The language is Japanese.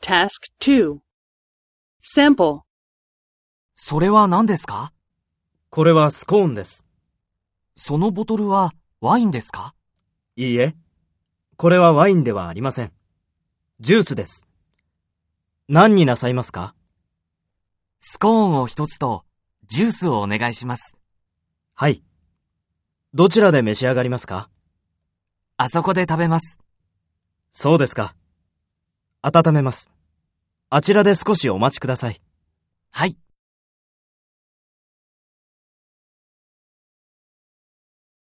Task 2 Sample それは何ですかこれはスコーンです。そのボトルはワインですかいいえ。これはワインではありません。ジュースです。何になさいますかスコーンを一つとジュースをお願いします。はい。どちらで召し上がりますかあそこで食べます。そうですか。温めます。あちらで少しお待ちください。はい。